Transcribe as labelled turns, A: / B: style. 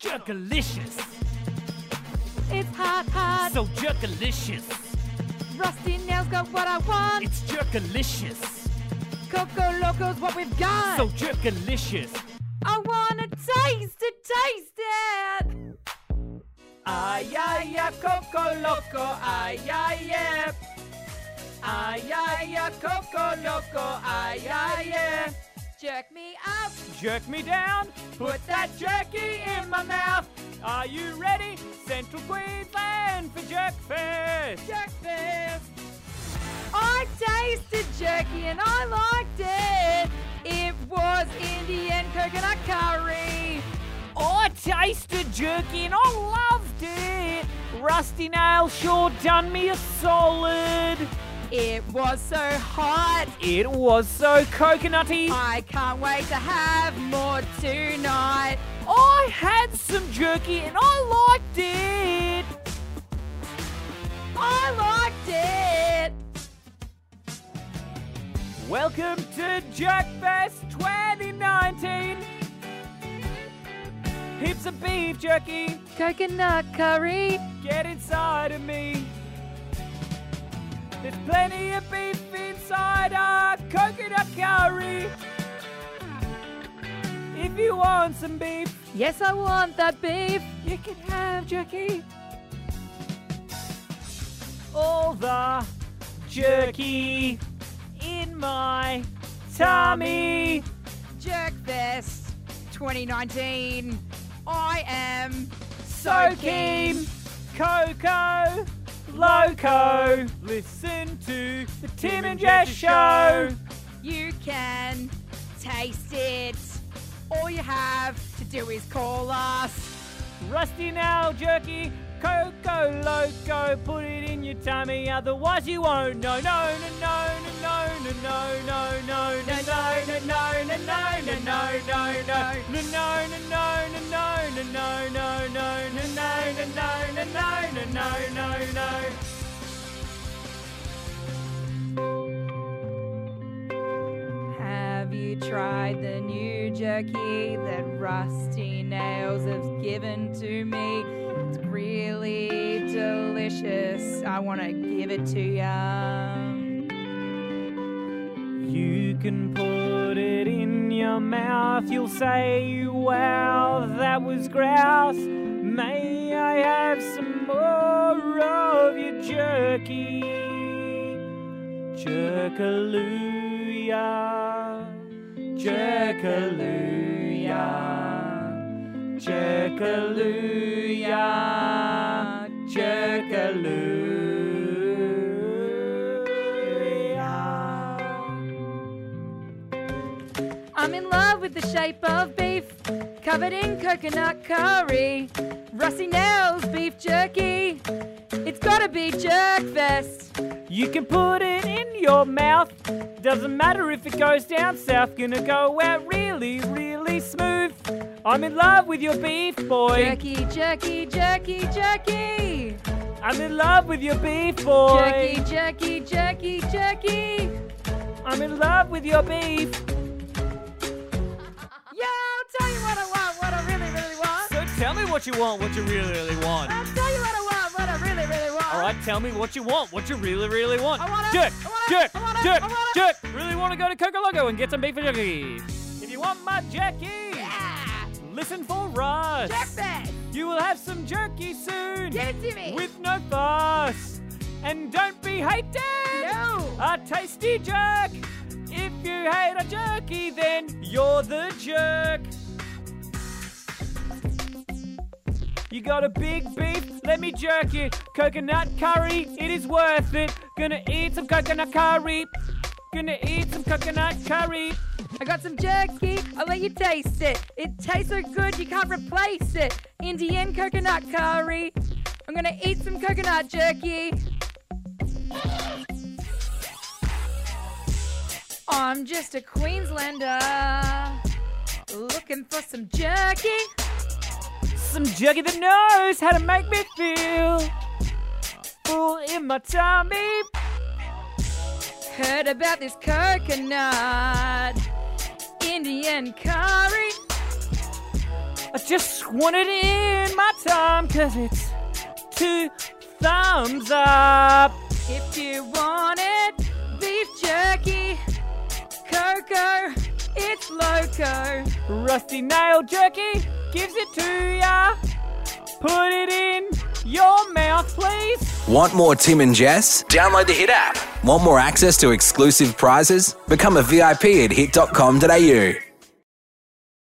A: Jerkalicious,
B: It's hot, hot.
A: so jerkalicious.
B: Rusty nails got what I want.
A: It's jerkalicious,
B: Coco Loco's what we've got.
A: so jerkalicious.
B: I wanna taste it, taste it.
A: Ay ay ay, coco loco, ay ay ay. Ay ay ay, coco loco, ay ay ay.
B: Jerk me up.
A: Jerk me down, put that jerky in my mouth. Are you ready, Central Queensland, for Jerkfest? Jerkfest.
B: I tasted jerky and I liked it. It was Indian coconut
A: I
B: curry.
A: Oh, tasted jerky and I loved it. Rusty Nail sure done me a solid.
B: It was so hot.
A: It was so coconutty.
B: I can't wait to have more tonight.
A: I had some jerky and I liked it.
B: I liked it.
A: Welcome to Jerkfest 2019. Heaps of beef jerky,
B: Coconut curry.
A: get inside of me. There's plenty of beef inside our coconut curry. If you want some beef,
B: Yes, I want that beef.
A: you can have jerky. All the jerky in my tummy.
B: Jerkfest 2019. I am
A: So keen, Coco, Loco. Listen to the Tim and Jess show.
B: You can taste it. All you have to do is call us.
A: Rusty now, jerky. Coco Loco, put it in your tummy, otherwise you won't. No, no, no, no, no, no, no, no, no, no, no, no, no, no, no, no, no, no, no, no, no, no, no, no, no, no, no, no, no, no, no, no, no, no, no, no, no.
B: Have you tried the new jerky that Rusty Nails has given to me? It's really delicious. I want to give it to ya.
A: You can put it in your mouth, you'll say, Wow, that was grouse. May I have some more of your jerky? Jerkaluya, Jerkaluya, Jerkaluya, Jerkaluya.
B: I'm in love with the shape of beef covered in coconut curry. Rusty Nails beef jerky. It's gotta be Jerkfest.
A: You can put it in your mouth. Doesn't matter if it goes down south. Gonna go out really, really smooth. I'm in love with your beef, boy.
B: Jerky, jerky, jerky, jerky.
A: I'm in love with your beef, boy.
B: Jerky, jerky, jerky, jerky.
A: I'm in love with your beef.
B: Yo, I'll tell you what I want, what I really, really want.
A: So tell me what you want, what you really, really want.
B: I'll tell you what I want, what I really, really want.
A: All right, tell me what you want, what you really, really want.
B: I wanna-
A: jerk,
B: I wanna-
A: jerk,
B: I wanna-
A: jerk,
B: I wanna-
A: jerk. Really want to go to Coca Logo and get some beef and jerky. If you want my jerky,
B: Yeah.
A: listen for us.
B: Jerkfest.
A: You will have some jerky soon.
B: Give it to me.
A: With no fuss. And don't be hated.
B: No.
A: A tasty jerk. If you hate a jerky, then you're the jerk. You got a big beef? Let me jerk you. Coconut curry, it is worth it. Gonna eat some coconut curry. Gonna eat some coconut curry.
B: I got some jerky. I'll let you taste it. It tastes so good you can't replace it. Indian coconut curry. I'm gonna eat some coconut jerky. I'm just a Queenslander looking for some jerky.
A: Some jerky that knows how to make me feel full in my tummy.
B: Heard about this coconut Indian curry.
A: I just want it in my time, cause it's two thumbs up.
B: If you want it, beef jerky, cocoa, it's loco.
A: Rusty Nail Jerky gives it to ya. Put it in your mouth, please.
C: Want more Tim and Jess? Download the Hit app. Want more access to exclusive prizes? Become a VIP at hit.com.au.